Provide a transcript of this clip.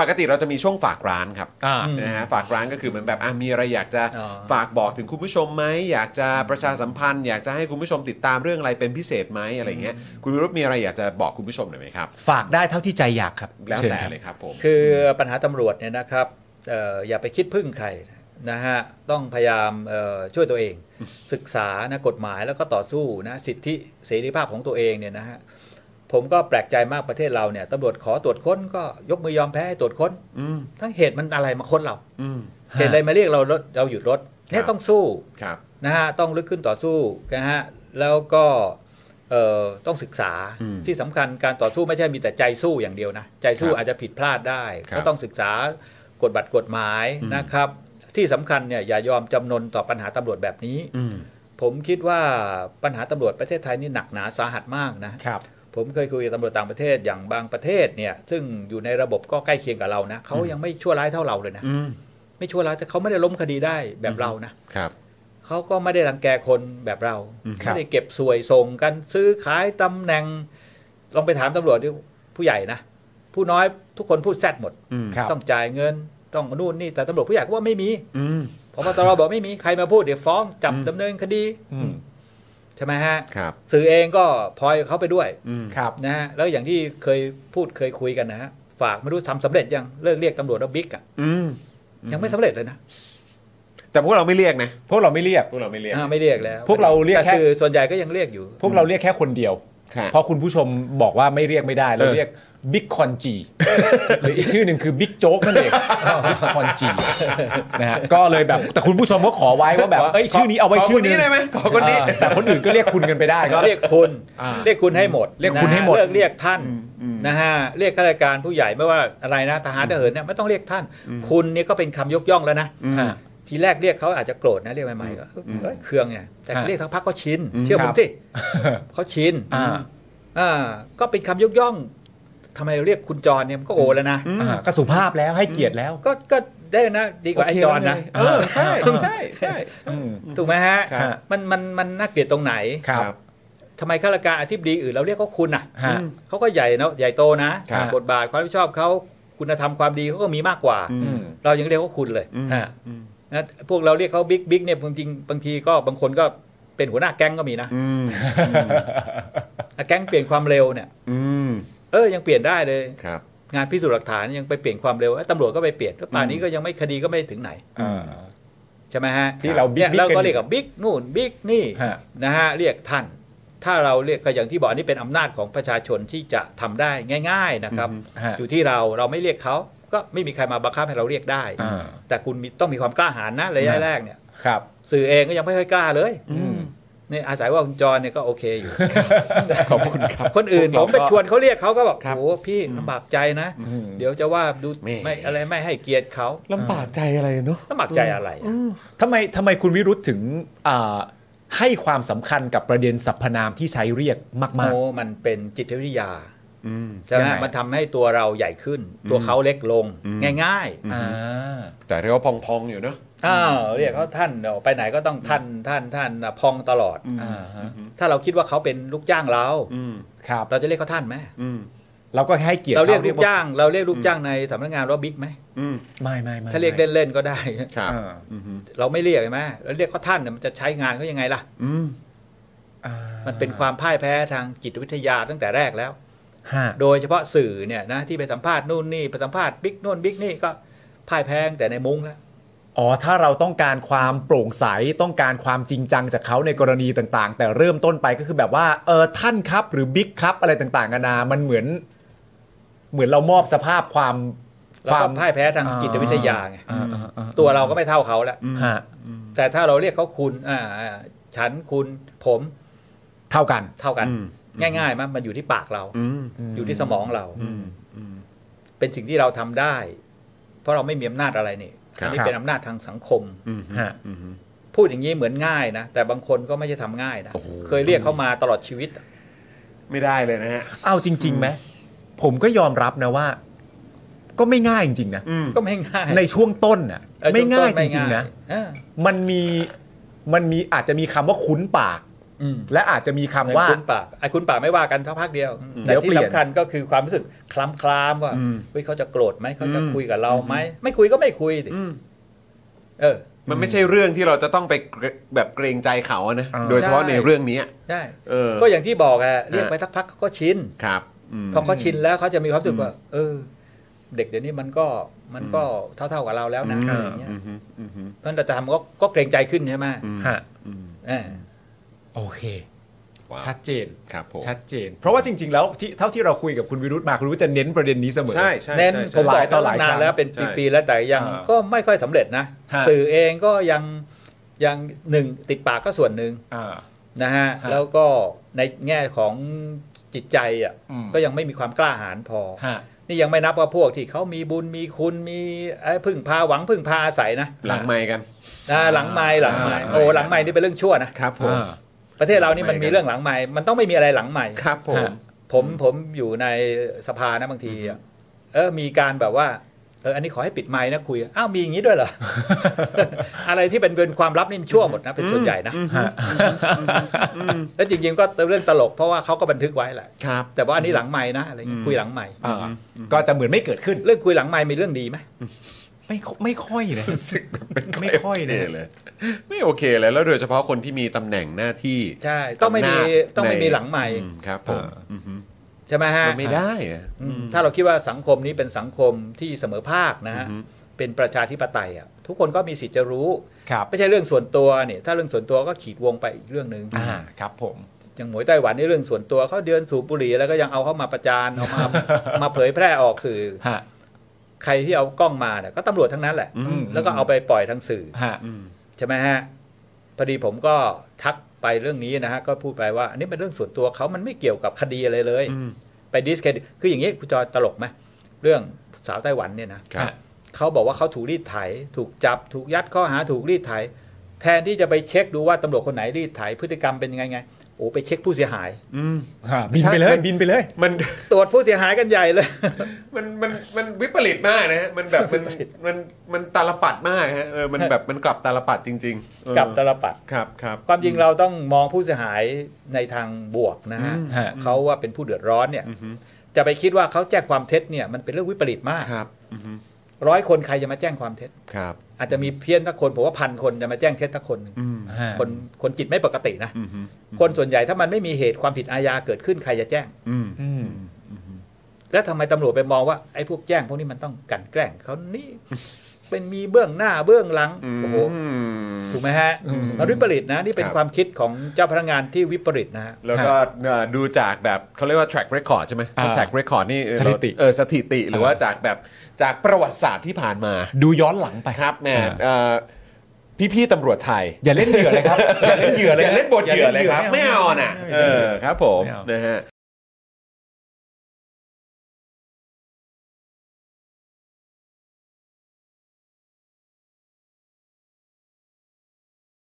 ปกติเราจะมีช่วงฝากร้านครับ อ่า อืม นะฮะฝากร้านก็คือเหมือนแบบอ่ะมีอะไรอยากจะ อ๋อ ฝากบอกถึงคุณผู้ชมไหมอยากจะประชาสัมพันธ์ อยากจะให้คุณผู้ชมติดตามเรื่องอะไรเป็นพิเศษไหมอะไรเงี้ยคุณวิรุธมีอะไรอยากจะบอกคุณผู้ชมหน่อยไหมครับ ฝากได้เท่าที่ใจอยากครับ แล้ว ชิญ แต่ ครับ เลยครับผม คือปัญหาตำรวจเนี่ยนะครับเอ่ออย่าไปคิดพึ่งใครนะฮะต้องพยายามเอ่อช่วยตัวเอง ศึกษานะกฎหมายแล้วก็ต่อสู้นะสิทธิเสรีภาพของตัวเองเนี่ยนะฮะผมก็แปลกใจมากประเทศเราเนี่ยตำรวจขอตรวจค้นก็ยกมือยอมแพ้ให้ตรวจค้น อืม ทั้งเหตุมันอะไรมาค้นเรา อืม เหตุอะไรมาเรียกเรารถเราหยุดรถเนี่ ค ย รับ ต้องสู้ ครับ นะฮะต้องลุกขึ้นต่อสู้นะฮะแล้วก็เอ่อต้องศึกษาที่สำคัญการต่อสู้ไม่ใช่มีแต่ใจสู้อย่างเดียวนะ ใจสู้ ครับ อาจจะผิดพลาดได้ ครับ ก็ต้องศึกษากฎบัตรกฎหมายนะครับ ที่สำคัญเนี่ยอย่ายอมจำนนต่อปัญหาตำรวจแบบนี้ อืม ผมคิดว่าปัญหาตำรวจประเทศไทยนี่หนักหนาสาหัสมากนะ ครับ ผมเคยคุยกับตำรวจต่างประเทศอย่างบางประเทศเนี่ยซึ่งอยู่ในระบบก็ใกล้เคียงกับเรานะเขายังไม่ชั่วร้ายเท่าเราเลยนะ อืม ไม่ชั่วร้ายแต่เขาไม่ได้ล้มคดีได้แบบเรานะครับ เขาก็ไม่ได้รังแกคนแบบเรา อืมครับ ไม่ได้เก็บสวยส่งกันซื้อขายตำแหน่ง ลองไปถามตำรวจดูผู้ใหญ่นะ ผู้น้อยทุกคนพูดแซดหมด อืม ครับ ต้องจ่ายเงินต้องนู่นนี่แต่ตำรวจผู้ใหญ่ก็ว่าไม่มี อืม พบตรบอกไม่มีใครมาพูดเดี๋ยวฟ้องจับดำเนินคดี อืม ใช่ไหมฮะ ครับ สื่อเองก็พลอยเขาไปด้วย อืม ครับ นะฮะแล้วอย่างที่เคยพูดเคยคุยกันนะฮะฝากไม่รู้ทำสำเร็จยังเลิกเรียกตำรวจว่าบิ๊กอ่ะ อืม ยังไม่สำเร็จเลยนะ แต่พวกเราไม่เรียกนะ พวกเราไม่เรียก พวกเราไม่เรียก อ่าไม่เรียกแล้ว พวกเราเรียก แต่ แค่ สื่อส่วนใหญ่ก็ยังเรียกอยู่ พวกเราเรียกแค่คนเดียว ครับ เพราะคุณผู้ชมบอกว่าไม่เรียกไม่ได้ เรา เออ เรียกบิ๊กคอนจี หรืออีกชื่อหนึ่งคือบิ๊กโจ๊กนั่นเองบิ๊กคอนจีนะฮะก็เลยแบบแต่คุณผู้ชมก็ขอไว้ว่าแบบเอ้ยชื่อนี้เอาไว้ ข ชื่ ค อนึง ได้ไหมขอคนนี้ เออแต่คนอื่นก็เรียกคุณกันไปได้ก็ เรียกคุณ อ่า เรียกคุณให้หมด เรียกคุณให้หมด นะฮะเลิกเรียกท่านนะฮะเรียกข้าราชการผู้ใหญ่ไม่ว่าอะไรนะทหารทหารเนี่ยไม่ต้องเรียกท่าน คุณนี่ก็เป็นคำยกย่องแล้วนะ ฮะ ทีแรกเรียกเขาอาจจะโกรธนะเรียกใหม่ๆก็เอ้ยเคืองเนี่ยแต่ ฮะ เรียกทั้งพักก็ชิน อืม เชื่อผ ครั ม บ สิเขาชิน อ่า อ่าก็เป็นคำยกย่องทำไมเรียกคุณจรเนี่ยมันก็โอแล้วนะ อ่าก็สุภาพแล้วให้เกียรติแล้ว ก็ก็ได้นะดีกว่าไอ้จรนะ เออใช่ใช่ใช่ อืม ถูกไหมฮะ ครับ มันมันมันน่าเกลียดตรงไหน ครับ ทำไมข้าราชการอธิบดีอื่นเราเรียกเขาคุณอ่ะ ฮะ เขาก็ใหญ่เนาะใหญ่โตนะครับ บทบาทความรับผิดชอบเขาคุณธรรมความดีเขาก็มีมากกว่า อืม เรายังเรียกเขาคุณเลย อืม ฮะ นะพวกเราเรียกเขาบิ๊กบิ๊กเนี่ยบางจริงบางทีก็บางคนก็เป็นหัวหน้าแก๊งก็มีนะ อืม แก๊งเปลี่ยนความเร็วเนี่ย อืม เออยังเปลี่ยนได้เลย ครับ งานพิสูจน์หลักฐานยังไปเปลี่ยนความเร็วเอ้ยตำรวจก็ไปเปลี่ยนแล้วป่านนี้ก็ยังไม่คดีก็ไม่ถึงไหน อ่า ใช่ไหมฮะ ที่เราบิ๊กบิ๊กนี่ยเรา กั ก็ นอยู่ เรียกกับบิ๊กนู่นบิ๊กนี่ ฮะ นะฮะเรียกท่าน ถ้าเราเรียกก็อย่างที่บอกอันนี่เป็นอำนาจของประชาชนที่จะทำได้ง่าย ๆนะครับ ฮะ อยู่ที่เราเราไม่เรียกเขาก็ไม่มีใครมาบังคับให้เราเรียกได้ อ่า แต่คุณมีต้องมีความกล้าหาญนะระยะ ฮะ แรกเนี่ย ครับ สื่อเองก็ยังไม่ค่อยกล้าเลย อืม เนี่ยอาศัยว่าคุณจรเนี่ยก็โอเคอยู่ ขอบคุณครับ คนอื่นผมไปชวนเขาเรียกเขาก็บอก ครับ โอ้พี่ลำบากใจนะ อืม เดี๋ยวจะว่าดู แม่ ไม่อะไรไม่ให้เกียรติเขา ลำบากใจอะไรเนาะ ลำบากใจอะไรอะ ทำไมทำไมคุณวิรุธถึงอ่าให้ความสำคัญกับประเด็นสรรพนามที่ใช้เรียกมาก โอ้มันเป็นจิตวิทยา อืม ใช่ไห ยั ม งไง มันทำให้ตัวเราใหญ่ขึ้น ตัวเขาเล็กลง อืม ง่าย ๆอ่า แต่เรียกว่าพองๆอยู่เนาะ ๆอ้าวเรียกเขาท่านเดี๋ยวไปไหนก็ต้องท่านท่านท่านอ่ะพองตลอด อ่าฮะ ถ้าเราคิดว่าเขาเป็นลูกจ้างเรา อืม ครับ เราจะเรียกเขาท่านไหม อืม เราก็ให้เกียรติ เราเรียก ข ลูกจ้าง เราเรียกลูกจ้างในสำนักงานว่าบิ๊กไหม อืม ไม่ไม่ไม่ ถ้าเรียกเล่นๆก็ได้ ครับ อ่า อืม เราไม่เรียกใช่ไหมเราเรียกเขาท่านเนี่ยมันจะใช้งานเขายังไงล่ะ อืม อ่า มันเป็นความพ่ายแพ้ทางจิตวิทยาตั้งแต่แรกแล้ว ฮะ โดยเฉพาะสื่อเนี่ยนะที่ไปสัมภาษณ์นู่นนี่ไปสัมภาษณ์บิ๊กนู่นบิ๊กนี่ก็พ่ายแพ้ตั้งแต่ในมุ้งแล้ว อ๋อถ้าเราต้องการความโปร่งใสต้องการความจริงจังจากเขาในกรณีต่างๆ แต่เริ่มต้นไปก็คือแบบว่าเออท่านครับหรือบิ๊กครับอะไรต่างๆนานามันเหมือน เหมือนเรามอบสภาพความ แล้ว ควา ก็ ม พ่ายแพ้ทางจิตวิทยาไง อ่อ่าอ่า ตัวเราก็ไม่เท่าเขาแล้ว ฮะ แต่ถ้าเราเรียกเขาคุณอ่าอ่าฉันคุณผม เท่ากัน เท่ากัน ง่ายๆมั้ยมันอยู่ที่ปากเรา อืม อยู่ที่สมองเรา อืมอืม เป็นสิ่งที่เราทำได้ เพราะเราไม่มีอำนาจอะไรนี่ ครับ อันนี้เป็นอำนาจทางสังคม อืม ฮะ อืม พูดอย่างนี้เหมือนง่ายนะแต่บางคนก็ไม่ใช่ทำง่ายนะ โอ้โห เคยเรียกเขามาตลอดชีวิต ไม่ได้เลยนะฮะ เอาจริงๆไหมผมก็ยอมรับนะว่า ก็ไม่ง่ายจริงๆนะ อืม ก็ไม่ง่าย ในช่วงต้นน่ะ เออ ไม่ ต้น ง่าย ๆ จ ไม่ ริง ๆ นะ เออ มันมีมันมีอาจจะมีคำว่าคุ้นปาก อืม และอาจจะมีคำว่า ไอ้คุณปากไอ้คุณปากไม่ว่ากันสักพักเดียว เดี๋ แต่ ยว ที่ เปลี่ยน สำคัญก็คือความรู้สึกคล้ำคลามว่า อืม เฮ้ยเขาจะโกรธไหมเขาจะ อืม คุยกับเราไหมไม่คุยก็ไม่คุยสิ อืม เออ มันไม่ใช่เรื่องที่เราจะต้องไปเกรแบบเกรงใจเขาอะนะ อ่า โดยเฉพาะในเรื่องเนี้ย ได้ เออ ก็อย่างที่บอกอะเรียกไปสักพักเขาก็ชิน ครับอืม พอเขาชินแล้วเขาจะมีความรู้สึกว่า เออ เด็กเดี๋ยวนี้มันก็มันก็เท่าๆกับเราแล้วนะ อืม อะไรอย่างเงี้ย อืมฮึอืมฮึ เพราะฉะนั้นเราจะทำก็ก็เกรงใจขึ้นใช่ไหม อืม ฮะ อืม เออ โอเค ว้าว ชัดเจน ครับผม ชัดเจน เพราะว่าจริง ๆ แล้วที่เท่าที่เราคุยกับคุณวิรุธมาคุณวิรุธจะเน้นประเด็นนี้เสมอ ใช่ใช่ เน้น ใช่ใช่ ผมบอก ต่อต่อ ห ห ลา ลาย ย ต่อหลาย นานแล้วเป็น ใช่ ปีๆแล้วแต่ยัง อ่า ก็ไม่ค่อยสำเร็จนะ ฮะ สื่อเองก็ยังยังหนึ่งติดปากก็ส่วนหนึ่ง อ่า นะฮะ ฮะ แล้วก็ในแง่ของจิตใจอ่ะ อืม ก็ยังไม่มีความกล้าหาญพอ ฮะ นี่ยังไม่นับว่าพวกที่เขามีบุญมีคุณมีเอ้ยพึ่งพาหวังพึ่งพาอาศัยนะ หลังไมค์กัน นะหลังไม้หลังไม้ อ่า โอ้หลังไม้นี่เป็นเรื่องชั่วนะครับ ผม อ่า ประเทศเรานี่มันมีเรื่องหลังไม้มันต้องไม่มีอะไรหลังไม้ ครับผม ฮะ ผมผมอยู่ในสภานะบางทีอะเออมีการแบบว่าเอออันนี้ขอให้ปิดไม้นะคุยอ้าวมีอย่างนี้ด้วยเหรอ อะไรที่เป็นเป็นความลับนี่มันชั่วหมดนะเป็นส่วนใหญ่นะ ฮะ แล้วจริงๆก็เป็นเรื่องตลกเพราะว่าเขาก็บันทึกไว้แหละ ครับ แต่ว่าอันนี้หลังไม้นะอะไรเงี้ยคุยหลังไม้ อ่าก็จะเหมือนไม่เกิดขึ้น เรื่องคุยหลังไม้มีเรื่องดีไหม ไม่ไม่ค่อยนะ รู้สึกเป็น ไม่ค่อยนะ โเลย ไม่โอเคเลยแล้วโดยเฉพาะคนที่มีตำแหน่งหน้าที่ ใช่ ต้องไม่มี หน้า ต้องไม่มี ใน หลังไม้ อืครับผมมฮึ ใช่ไหมฮะ มันไม่ได้อะ อืมถ้าเราคิดว่าสังคมนี้เป็นสังคมที่เสมอภาคนะฮะเป็นประชาธิปไตยอ่ะทุกคนก็มีสิทธิ์จะรู้ ครับ ไม่ใช่เรื่องส่วนตัวเนี่ยถ้าเรื่องส่วนตัวก็ขีดวงไปอีกเรื่องหนึ่ง อ่าครับผม อย่างหมวยไต้หวันนี่เรื่องส่วนตัวเขาเดินสูบบุหรี่แล้วก็ยังเอาเข้ามาประจานเอา มา มาเผยแพร่ออกสื่อ ฮะ ใครที่เอากล้องมาเนี่ยก็ตำรวจทั้งนั้นแหละ อืม แล้วก็เอาไปปล่อยทางสื่อ ฮะ อืม ใช่ไหมฮะพอดีผมก็ทักไปเรื่องนี้นะฮะก็พูดไปว่าอันนี้เป็นเรื่องส่วนตัวเขามันไม่เกี่ยวกับคดีอะไรเลย อืม ไปดิสเครดิตคืออย่างนี้คุณจอยตลกไหมเรื่องสาวไต้หวันเนี่ยนะ ครับ ฮะ เขาบอกว่าเขาถูกรีดไถ ถูกจับ ถูกยัดข้อหาถูกรีดไถ แทนที่จะไปเช็คดูว่าตำรวจคนไหนรีดไถ พฤติกรรมเป็นยังไงไง โอ้ไปเช็คผู้เสียหาย อืม ฮะบินไปเลย ใช่ บินไปเลย มัน ตรวจผู้เสียหายกันใหญ่เลย มันมันมันวิปริตมากนะฮะมันแบบมันมันมันตาลปัดมากฮะเออมันแบบมันกลับตาลปัดจริงๆเออก ลับตลปัด ครับครับ ความจริงเราต้องมองผู้เสียหายในทางบวกนะฮะ อืม ฮะ เขาว่าเป็นผู้เดือดร้อนเนี่ย อือฮึ จะไปคิดว่าเขาแจ้งความเท็จเนี่ยมันเป็นเรื่องวิปริตมาก ครับอือฮึ ร้อยคนใครจะมาแจ้งความเท็จ ครับ อาจจะมีเพี้ยนทักคนผมว่าพันคนจะมาแจ้งเท็จทักคนหนึ่ง อืม ฮะ คนคนจิตไม่ปกตินะ อือฮึ คนส่วนใหญ่ถ้ามันไม่มีเหตุความผิดอาญาเกิดขึ้นใครจะแจ้ง อืม อืม แล้วทำไมตำรวจไปมองว่าไอ้พวกแจ้งพวกนี้มันต้องกลันแกล้งเขานี่ เป็นมีเบื้องหน้าเบื้องหลัง อืม โอ้โหถูกไหมฮะมันวิปริตนะ นี่เป็ คน รับ ความคิดของเจ้าพนักงานที่วิปริตนะฮะ แล้วก็เอ่อดูจากแบบเขาเรียกว่า track record ใช่ไหม อ่า track record นี่เออ สถิติ เออสถิติหรือว่าจากแบบจากประวัติศาสตร์ที่ผ่านมา ดูย้อนหลังไป ครับแหม่เอ่อพี่ๆตำรวจไทย อย่าเล่นเหยื่อเลยครับ อย่าเล่นเหยื่อเลย อย่าเล่นบทเหยื่อเลยครับ า ไม่เอาน่ะ ไม่ เออเอาครับผม ไม่เอา นะฮะ